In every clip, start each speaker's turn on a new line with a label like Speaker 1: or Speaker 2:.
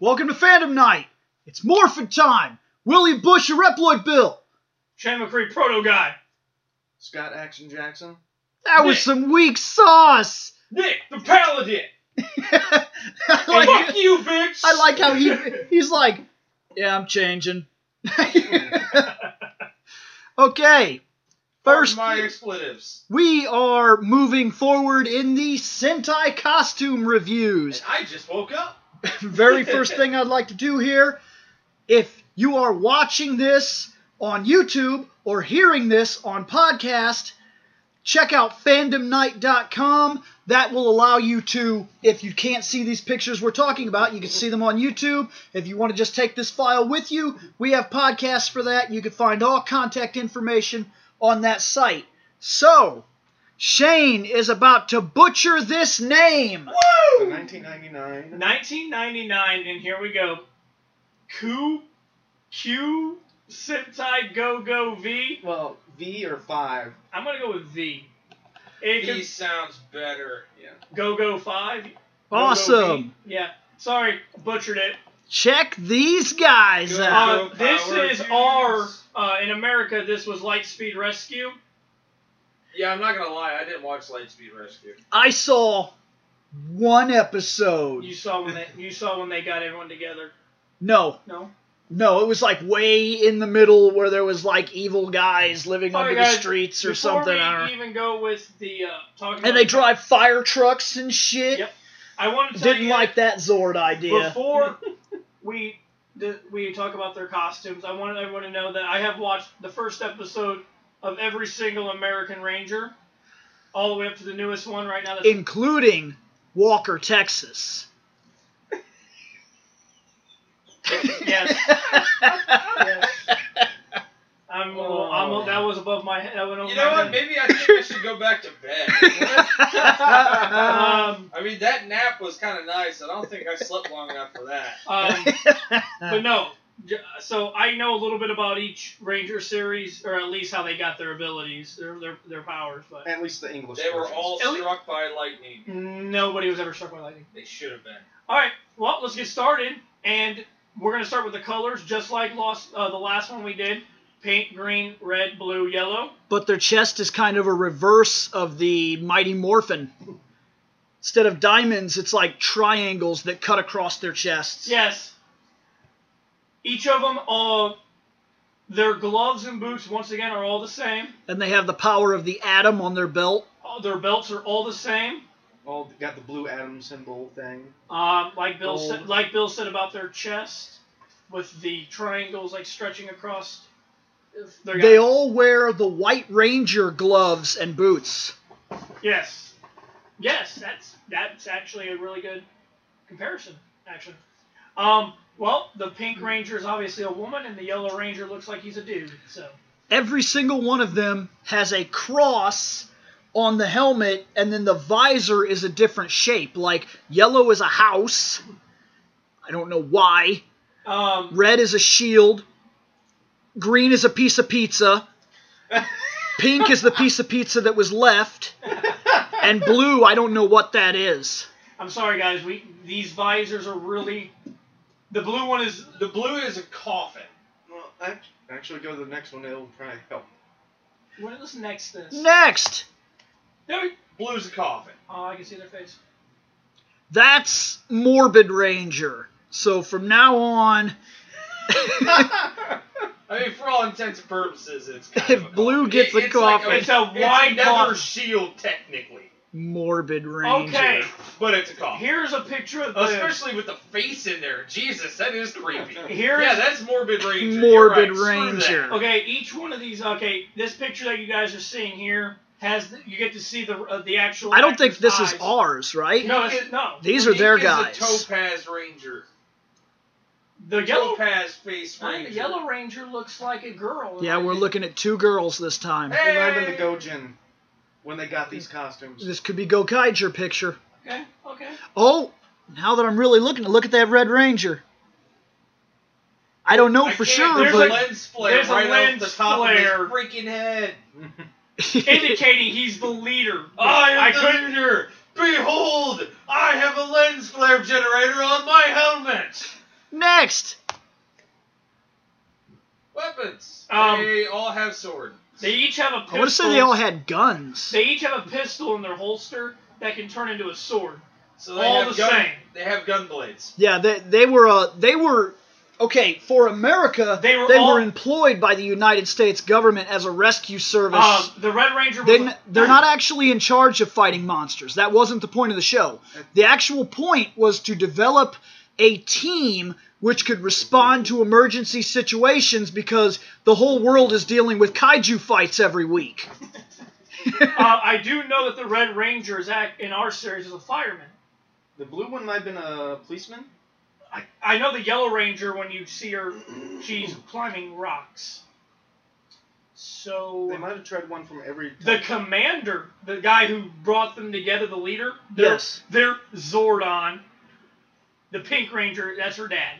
Speaker 1: Welcome to Phantom Night. It's Morphin time. Willie Bush and Reploid Bill.
Speaker 2: Shane McCree, Proto Guy,
Speaker 3: Scott Action Jackson.
Speaker 1: That was
Speaker 2: Nick.
Speaker 1: some weak sauce.
Speaker 2: Nick the Paladin.
Speaker 1: I
Speaker 2: Fuck
Speaker 1: like,
Speaker 2: you, bitch.
Speaker 1: I like how he he's like, yeah, I'm changing. okay, first
Speaker 3: Pardon my expletives.
Speaker 1: we are moving forward in the Sentai costume reviews.
Speaker 3: And I just woke up.
Speaker 1: very first thing I'd like to do here, if you are watching this on YouTube or hearing this on podcast, check out fandomnight.com. That will allow you to, if you can't see these pictures we're talking about, you can see them on YouTube. If you want to just take this file with you, we have podcasts for that. You can find all contact information on that site. So, Shane is about to butcher this name.
Speaker 3: The 1999.
Speaker 2: 1999, and here we go. Q Q Sentai Go Go V.
Speaker 3: Well, V or five.
Speaker 2: I'm gonna go with V. It
Speaker 4: He
Speaker 2: can
Speaker 4: sounds better. Yeah.
Speaker 2: Go Go Five. Go Go
Speaker 1: Awesome.
Speaker 2: V. Yeah. Sorry, butchered it.
Speaker 1: Check these guys
Speaker 4: Go.
Speaker 1: out.
Speaker 2: Uh, this
Speaker 4: Power
Speaker 2: is
Speaker 4: Rangers.
Speaker 2: our uh, in America. This was Lightspeed Rescue.
Speaker 4: Yeah, I'm not gonna lie. I didn't watch Lightspeed Rescue.
Speaker 1: I saw one episode.
Speaker 2: You saw when they you saw when they got everyone together.
Speaker 1: No,
Speaker 2: No.
Speaker 1: no, it was like way in the middle where there was like evil guys living
Speaker 2: All
Speaker 1: under
Speaker 2: right, guys,
Speaker 1: the streets
Speaker 2: Before
Speaker 1: or something.
Speaker 2: we
Speaker 1: I don't know.
Speaker 2: even go with the uh, talking,
Speaker 1: And
Speaker 2: about-
Speaker 1: they drive fire trucks and shit.
Speaker 2: Yep. I want to tell
Speaker 1: Didn't
Speaker 2: you
Speaker 1: like that Zord idea.
Speaker 2: Before we th- we talk about their costumes, I want everyone to know that I have watched the first episode of every single American Ranger, all the way up to the newest one right now. That's
Speaker 1: including Walker, Texas.
Speaker 2: Yes. Yes. I'm, a little- I'm a- that was above my head. That went over
Speaker 4: Oh. You
Speaker 2: Oh
Speaker 4: know
Speaker 2: my
Speaker 4: what?
Speaker 2: head.
Speaker 4: Maybe I think I should go back to bed.
Speaker 2: Um,
Speaker 4: I mean, that nap was kind of nice. I don't think I slept long enough for that.
Speaker 2: um, but no. j- So I know a little bit about each Ranger series, or at least how they got their abilities, their their, their powers. But
Speaker 3: At least the English.
Speaker 4: They were
Speaker 3: versions.
Speaker 4: all
Speaker 2: At least-
Speaker 4: struck by lightning.
Speaker 2: nobody was ever struck by lightning.
Speaker 4: They should have been.
Speaker 2: All right, well, let's get started, and we're gonna start with the colors, just like lost uh, the last one we did: pink, green, red, blue, yellow.
Speaker 1: but their chest is kind of a reverse of the Mighty Morphin. Instead of diamonds, it's like triangles that cut across their chests.
Speaker 2: Yes. Each of them, uh, their gloves and boots, once again, are all the same.
Speaker 1: And they have the power of the atom on their belt.
Speaker 2: All their belts are all the same.
Speaker 3: All got the blue atom symbol thing.
Speaker 2: Um, like Bill said,
Speaker 3: Gold.
Speaker 2: like Bill said about their chest, with the triangles like stretching across. Their
Speaker 1: They all wear the White Ranger gloves and boots.
Speaker 2: Yes. Yes, that's that's actually a really good comparison, actually. Um, well, the pink ranger is obviously a woman, and the yellow ranger looks like he's a dude. So
Speaker 1: Every single one of them has a cross on the helmet, and then the visor is a different shape. Like, yellow is a house. I don't know why.
Speaker 2: um,
Speaker 1: Red is a shield. Green is a piece of pizza. Pink is the piece of pizza that was left. And blue, I don't know what that is.
Speaker 2: I'm sorry, guys. We these visors are really. The blue one is
Speaker 4: The blue is a coffin.
Speaker 3: Well, I actually go to the next one. It'll probably help.
Speaker 2: what is next? This.
Speaker 1: Next,
Speaker 2: There we-
Speaker 4: Blue's a coffin.
Speaker 2: Oh, I can see their face.
Speaker 1: that's Morbid Ranger. So from now on,
Speaker 4: I mean, for all intents and purposes, it's kind
Speaker 1: If
Speaker 4: of a
Speaker 1: blue
Speaker 4: coffin.
Speaker 1: gets a
Speaker 4: it's like
Speaker 1: coffin.
Speaker 2: It's a wide
Speaker 4: it's never
Speaker 2: coffin.
Speaker 4: shield technically,
Speaker 1: Morbid Ranger.
Speaker 2: Okay,
Speaker 4: but it's a coffin.
Speaker 2: here's a picture of
Speaker 4: Oh,
Speaker 1: Oh,
Speaker 2: the.
Speaker 4: Especially with the face in there. Jesus, that is creepy.
Speaker 2: Here's
Speaker 4: yeah, that's Morbid Ranger. You're
Speaker 1: Morbid
Speaker 4: right. Screw
Speaker 1: Ranger.
Speaker 2: Okay, each one of these. Okay, this picture that you guys are seeing here has the, you get to see the uh, the actual.
Speaker 1: I don't think
Speaker 2: actor's
Speaker 1: this is
Speaker 2: eyes.
Speaker 1: ours, right?
Speaker 2: No, it's, no.
Speaker 1: These
Speaker 4: that.
Speaker 1: are their
Speaker 4: Pink
Speaker 1: guys.
Speaker 4: Is a topaz Ranger.
Speaker 2: The yellow
Speaker 4: Topaz face
Speaker 2: ranger.
Speaker 4: Ranger.
Speaker 2: yellow ranger looks like a girl.
Speaker 1: Yeah, we're looking at two girls this time.
Speaker 4: Hey!
Speaker 3: Remember the Gojin when they got these costumes?
Speaker 1: This could be Gokaiger picture.
Speaker 2: Okay, okay.
Speaker 1: Oh, now that I'm really looking, look at that Red Ranger. I don't know
Speaker 4: I
Speaker 1: Oh, for
Speaker 4: can't-
Speaker 1: sure,
Speaker 4: There's
Speaker 1: but
Speaker 4: a lens flare
Speaker 2: there's a
Speaker 4: right
Speaker 2: lens
Speaker 4: off the top
Speaker 2: flare.
Speaker 4: of his freaking head.
Speaker 2: Indicating he's the leader.
Speaker 4: I am
Speaker 2: I
Speaker 4: the
Speaker 2: couldn't.
Speaker 4: leader. Behold, I have a lens flare generator on my helmet.
Speaker 1: Next,
Speaker 4: Weapons.
Speaker 2: Um,
Speaker 4: they all have swords.
Speaker 2: They each have a pistol.
Speaker 1: I want to say they all had guns.
Speaker 2: They each have a pistol in their holster that can turn into a sword.
Speaker 4: so they
Speaker 2: all
Speaker 4: have
Speaker 2: the
Speaker 4: gun,
Speaker 2: same.
Speaker 4: They have gun blades.
Speaker 1: Yeah, they they were uh they were okay for America.
Speaker 2: They were
Speaker 1: they
Speaker 2: all-
Speaker 1: were employed by the United States government as a rescue service.
Speaker 2: Um, the Red Ranger. Was
Speaker 1: they, n- they're not actually in charge of fighting monsters. That wasn't the point of the show. The actual point was to develop a team which could respond to emergency situations because the whole world is dealing with kaiju fights every week.
Speaker 2: uh, I do know that the Red Ranger is act in our series is a fireman.
Speaker 3: The blue one might have been a policeman.
Speaker 2: I, I know the Yellow Ranger when you see her, she's climbing rocks.
Speaker 3: They
Speaker 2: So
Speaker 3: might have tried one from every.
Speaker 2: the commander, the guy who brought them together, the leader. They're,
Speaker 1: Yes.
Speaker 2: They're Zordon. The Pink Ranger. That's her dad.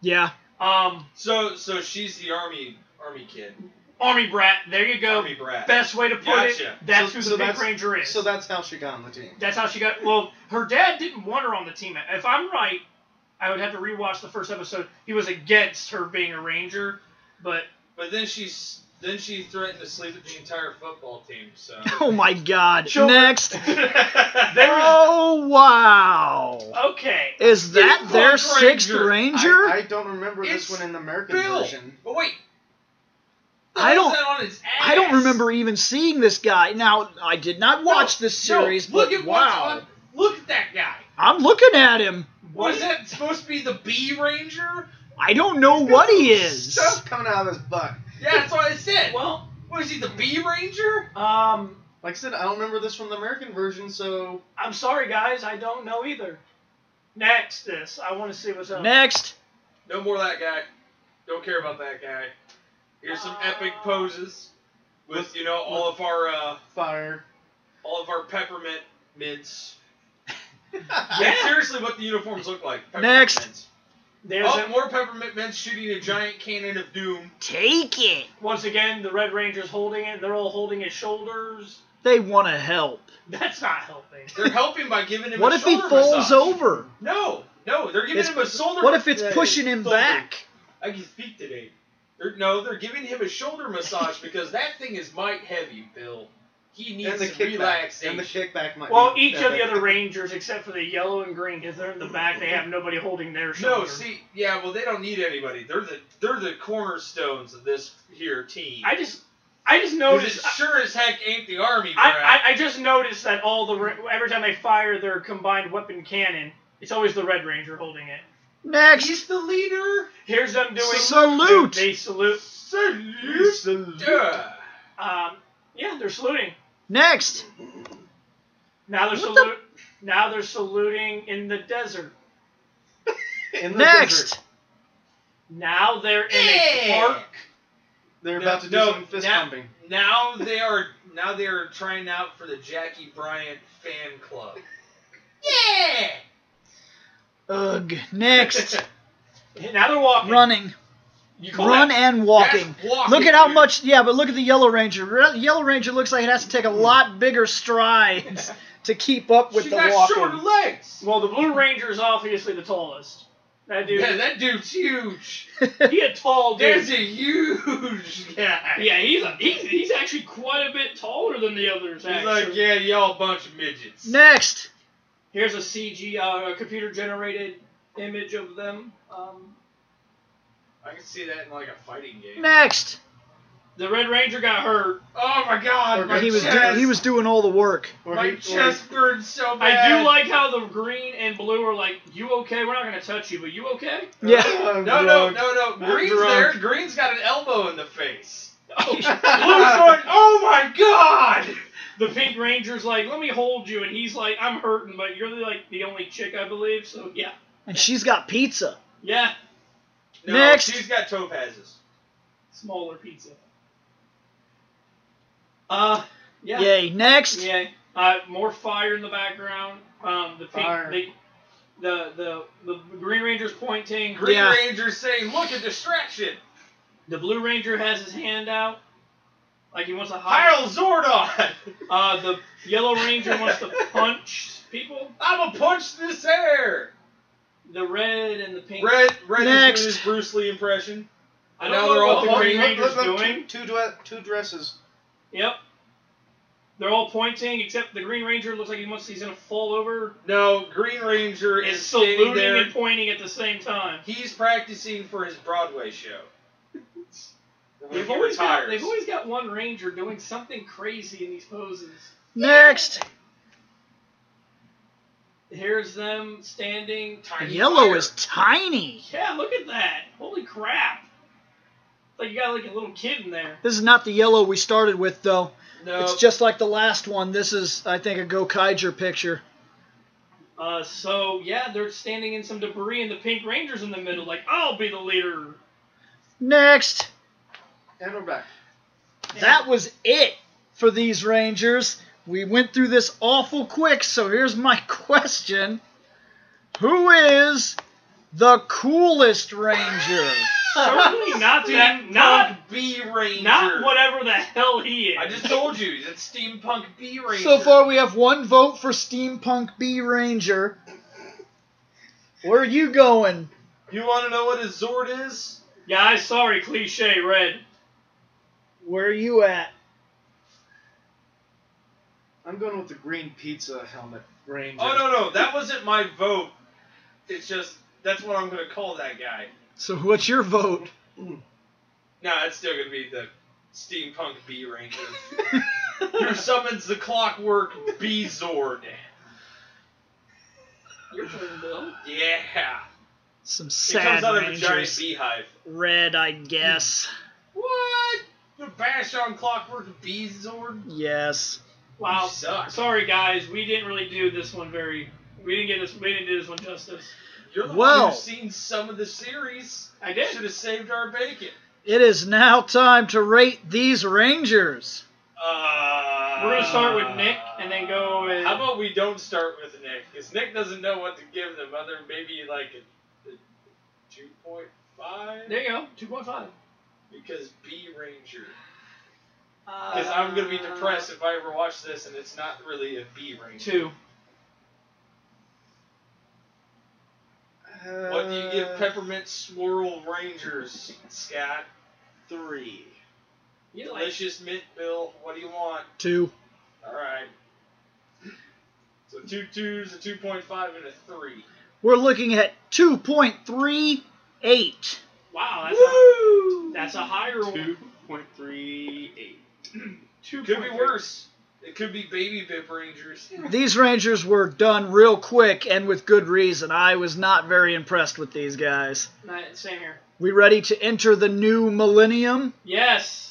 Speaker 1: Yeah.
Speaker 2: Um,
Speaker 4: So so she's the army army kid.
Speaker 2: Army brat. There you go.
Speaker 4: Army brat.
Speaker 2: Best way to put
Speaker 4: Gotcha.
Speaker 2: it. That's
Speaker 3: So-
Speaker 2: who the
Speaker 3: so
Speaker 2: Pink
Speaker 3: that's-
Speaker 2: Ranger is.
Speaker 3: So that's how she got on the team.
Speaker 2: That's how she got. Well, her dad didn't want her on the team. If I'm right, I would have to rewatch the first episode. He was against her being a ranger, but
Speaker 4: But then she's then she threatened to sleep with the entire football team. So
Speaker 1: Oh my god.
Speaker 2: Children-
Speaker 1: Next.
Speaker 2: There was-
Speaker 1: Oh wow.
Speaker 2: okay.
Speaker 1: Is that
Speaker 4: Pink
Speaker 1: their
Speaker 4: Ranger.
Speaker 1: sixth ranger?
Speaker 3: I, I don't remember
Speaker 4: It's
Speaker 3: this one in the American
Speaker 4: Bill.
Speaker 3: version.
Speaker 4: But wait. the
Speaker 1: I
Speaker 4: hell's
Speaker 1: don't-
Speaker 4: that on his ass?
Speaker 1: I don't remember even seeing this guy. Now, I did not watch this
Speaker 4: No,
Speaker 1: series,
Speaker 4: look
Speaker 1: but
Speaker 4: at what's
Speaker 1: wow.
Speaker 4: on- look at that guy.
Speaker 1: I'm looking at him.
Speaker 4: What is that supposed to be? The Bee Ranger?
Speaker 1: I don't know what he is.
Speaker 3: Stuff coming out of his butt.
Speaker 4: Yeah, that's what I said.
Speaker 2: Well,
Speaker 4: What is he? The Bee Ranger?
Speaker 2: um,
Speaker 3: Like I said, I don't remember this from the American version, so
Speaker 2: I'm sorry, guys. I don't know either. Next, this. I want to see what's up.
Speaker 1: Next.
Speaker 4: No more that guy. Don't care about that guy. Here's some epic poses with you know all of our uh,
Speaker 3: fire.
Speaker 4: all of our peppermint mints.
Speaker 2: Yeah.
Speaker 4: That's seriously what the uniforms look like. Peppermint
Speaker 1: Next.
Speaker 4: Mints.
Speaker 2: There's
Speaker 4: Oh,
Speaker 2: a-
Speaker 4: more peppermint mints shooting a giant cannon of doom.
Speaker 1: Take it.
Speaker 2: once again the Red Ranger's holding it. They're all holding his shoulders.
Speaker 1: They want to help.
Speaker 2: That's not helping.
Speaker 4: They're helping by giving him.
Speaker 1: What
Speaker 4: a
Speaker 1: if he
Speaker 4: shoulder
Speaker 1: falls
Speaker 4: massage.
Speaker 1: over?
Speaker 4: No, no, they're giving
Speaker 1: It's-
Speaker 4: him a shoulder.
Speaker 1: What if it's
Speaker 4: Yeah.
Speaker 1: pushing him
Speaker 4: Shoulder.
Speaker 1: back?
Speaker 4: I can speak today. They're, no, they're giving him a shoulder massage because that thing is might heavy, Bill. He needs
Speaker 3: And the
Speaker 4: some
Speaker 3: kickback.
Speaker 4: relaxation.
Speaker 3: And the kickback might.
Speaker 2: Well,
Speaker 3: be
Speaker 2: each of the
Speaker 3: epic.
Speaker 2: other Rangers, except for the yellow and green, because they're in the back, they have nobody holding their shoulder.
Speaker 4: no, see, yeah, well, they don't need anybody. They're the they're the cornerstones of this here team.
Speaker 2: I just, I just
Speaker 4: 'Cause
Speaker 2: noticed.
Speaker 4: it sure as heck ain't the army,
Speaker 2: I,
Speaker 4: Brad.
Speaker 2: I, I just noticed that all the ra- every time they fire their combined weapon cannon, it's always the Red Ranger holding it.
Speaker 1: Next.
Speaker 4: He's the leader.
Speaker 2: Here's them doing
Speaker 1: Salute.
Speaker 2: They, they salute.
Speaker 4: Salute. Yeah.
Speaker 2: Um, yeah, they're saluting.
Speaker 1: Next.
Speaker 2: Now they're
Speaker 1: What the-
Speaker 2: saluting. Now they're saluting in the desert.
Speaker 3: In the
Speaker 1: Next.
Speaker 3: desert.
Speaker 2: Now they're in a
Speaker 4: Yeah.
Speaker 2: park.
Speaker 3: They're
Speaker 4: No,
Speaker 3: about to do
Speaker 4: no,
Speaker 3: some fist
Speaker 4: now-
Speaker 3: pumping.
Speaker 4: Now they are now they are trying out for the Jackie Bryant fan club. Yeah.
Speaker 1: Ugh. Next.
Speaker 2: Now they're walking.
Speaker 1: Running.
Speaker 4: You call
Speaker 1: Run
Speaker 4: that-
Speaker 1: and walking.
Speaker 4: that's walking,
Speaker 1: Look at how
Speaker 4: dude.
Speaker 1: much. Yeah, but look at the Yellow Ranger. Re- Yellow Ranger looks like it has to take a lot bigger strides to keep up with
Speaker 4: she
Speaker 1: the
Speaker 4: got
Speaker 1: walking.
Speaker 4: shorter legs.
Speaker 2: Well, the Blue Ranger is obviously the tallest. That dude.
Speaker 4: Yeah, that dude's huge.
Speaker 2: he a tall dude.
Speaker 4: There's a huge guy.
Speaker 2: Yeah, he's, a, he's he's actually quite a bit taller than the others.
Speaker 4: He's
Speaker 2: Actually.
Speaker 4: like, yeah, y'all a bunch of midgets.
Speaker 1: Next.
Speaker 2: Here's a CG, uh, a computer generated image of them. Um,
Speaker 4: I can see that in like a fighting game.
Speaker 1: Next.
Speaker 2: the Red Ranger got hurt.
Speaker 4: Oh my
Speaker 3: Or
Speaker 4: god, my
Speaker 1: He was
Speaker 4: chest,
Speaker 1: do- he was doing all the work.
Speaker 3: Or
Speaker 4: my
Speaker 3: he- or he-
Speaker 4: chest burns so bad.
Speaker 2: I do like how the green and blue are like, "You okay? We're not gonna touch you, but you okay?"
Speaker 1: Yeah.
Speaker 3: I'm
Speaker 4: No, no,
Speaker 3: drunk.
Speaker 4: no, no.
Speaker 3: I'm
Speaker 4: Green's
Speaker 3: drunk.
Speaker 4: there. Green's got an elbow in the face. Blue's
Speaker 2: Oh,
Speaker 4: going, oh my god.
Speaker 2: the Pink Ranger's like, "Let me hold you," and he's like, "I'm hurting, but you're like the only chick I believe." So yeah,
Speaker 1: And she's got pizza.
Speaker 2: yeah,
Speaker 4: No,
Speaker 1: Next.
Speaker 4: she's got topazes.
Speaker 2: smaller pizza. Uh, yeah.
Speaker 1: Yay. Next.
Speaker 2: Yeah. Uh, more fire in the background. Um, the pink,
Speaker 3: Fire.
Speaker 2: The, the the the Green Ranger's pointing.
Speaker 4: Green
Speaker 1: Yeah.
Speaker 4: Ranger's saying, look, a distraction.
Speaker 2: The Blue Ranger has his hand out, like he wants to hide.
Speaker 4: Heil Zordon.
Speaker 2: Uh, the Yellow Ranger wants to punch people.
Speaker 4: I'ma punch this air.
Speaker 2: the red and the pink.
Speaker 4: Red, Red
Speaker 1: Next.
Speaker 4: is doing his Bruce Lee impression.
Speaker 2: I don't
Speaker 4: Now
Speaker 2: know
Speaker 4: they're all
Speaker 2: what the
Speaker 4: three-
Speaker 2: Green
Speaker 4: look,
Speaker 2: Ranger's doing.
Speaker 3: Two, two, dre- two dresses.
Speaker 2: Yep. They're all pointing, except the Green Ranger looks like he wants he's gonna fall over.
Speaker 4: No, Green Ranger
Speaker 2: Is
Speaker 4: is standing
Speaker 2: saluting
Speaker 4: there.
Speaker 2: and pointing at the same time.
Speaker 4: He's practicing for his Broadway show. When
Speaker 2: They've
Speaker 4: he
Speaker 2: always, got,
Speaker 4: retires.
Speaker 2: they've always got one ranger doing something crazy in these poses.
Speaker 1: Next,
Speaker 2: Here's them standing. Tiny
Speaker 1: yellow
Speaker 2: fire.
Speaker 1: is tiny.
Speaker 2: Yeah, look at that! Holy crap! Like you got like a little kid in there.
Speaker 1: This is not the yellow we started with, though.
Speaker 4: no.
Speaker 1: It's just like the last one. This is, I think, a Gokaiger picture.
Speaker 2: Uh, so yeah, they're standing in some debris, and the Pink Ranger's in the middle. Like I'll be the leader.
Speaker 1: Next.
Speaker 3: And we're back.
Speaker 1: That was it for these Rangers. We went through this awful quick, so here's my question Who is the coolest Ranger?
Speaker 2: certainly not that.
Speaker 4: Steampunk
Speaker 2: Not
Speaker 4: B Ranger.
Speaker 2: not whatever the hell he is.
Speaker 4: I just told you that steampunk B Ranger.
Speaker 1: so far, we have one vote for Steampunk B Ranger. Where are you going?
Speaker 4: you want to know what his Zord is?
Speaker 2: yeah, I sorry, cliche red.
Speaker 1: Where are you at?
Speaker 3: I'm going with the green pizza helmet ranger.
Speaker 4: Oh no no, that wasn't my vote. It's just that's what I'm gonna call that guy.
Speaker 1: So, what's your vote?
Speaker 4: No, it's still gonna be the steampunk B Ranger who summons the clockwork B Zord.
Speaker 2: Your turn, Bill.
Speaker 4: Yeah,
Speaker 1: Some
Speaker 4: it comes
Speaker 1: sad
Speaker 4: out of a giant
Speaker 1: Rangers.
Speaker 4: beehive.
Speaker 1: Red, I guess.
Speaker 4: What? The bash on clockwork B Zord?
Speaker 1: Yes.
Speaker 2: Wow.
Speaker 4: sucks.
Speaker 2: Sorry guys, we didn't really do this one very. We didn't get this. We didn't do this one justice.
Speaker 4: You're the
Speaker 1: Well.
Speaker 4: one who's seen some of the series.
Speaker 2: I
Speaker 4: You
Speaker 2: did.
Speaker 4: should have saved our bacon.
Speaker 1: It is now time to rate these Rangers.
Speaker 4: Uh,
Speaker 2: We're gonna start with Nick and then go with-
Speaker 4: How about we don't start with Nick? Because Nick doesn't know what to give the mother. Maybe like a, a two point five.
Speaker 2: There you go. Two point five.
Speaker 4: Because B Ranger.
Speaker 2: Uh,
Speaker 4: Because I'm gonna be depressed if I ever watch this and it's not really a B Ranger.
Speaker 2: Two.
Speaker 3: Uh,
Speaker 4: What do you give Peppermint Swirl Rangers, Scott?
Speaker 3: Three.
Speaker 2: You like
Speaker 4: Delicious mint bill. What do you want?
Speaker 1: Two.
Speaker 4: All right. So two twos, a two point five, and a three.
Speaker 1: We're looking at 2.38.
Speaker 2: Wow, that's a,
Speaker 4: Woo!
Speaker 2: that's a higher one.
Speaker 3: Two point three eight.
Speaker 2: Two
Speaker 4: Could be
Speaker 2: point
Speaker 4: worse. It could be baby bib rangers.
Speaker 1: These Rangers were done real quick and with good reason. I was not very impressed with these guys.
Speaker 2: three. Nah, Same here.
Speaker 1: We ready to enter the new millennium?
Speaker 2: Yes.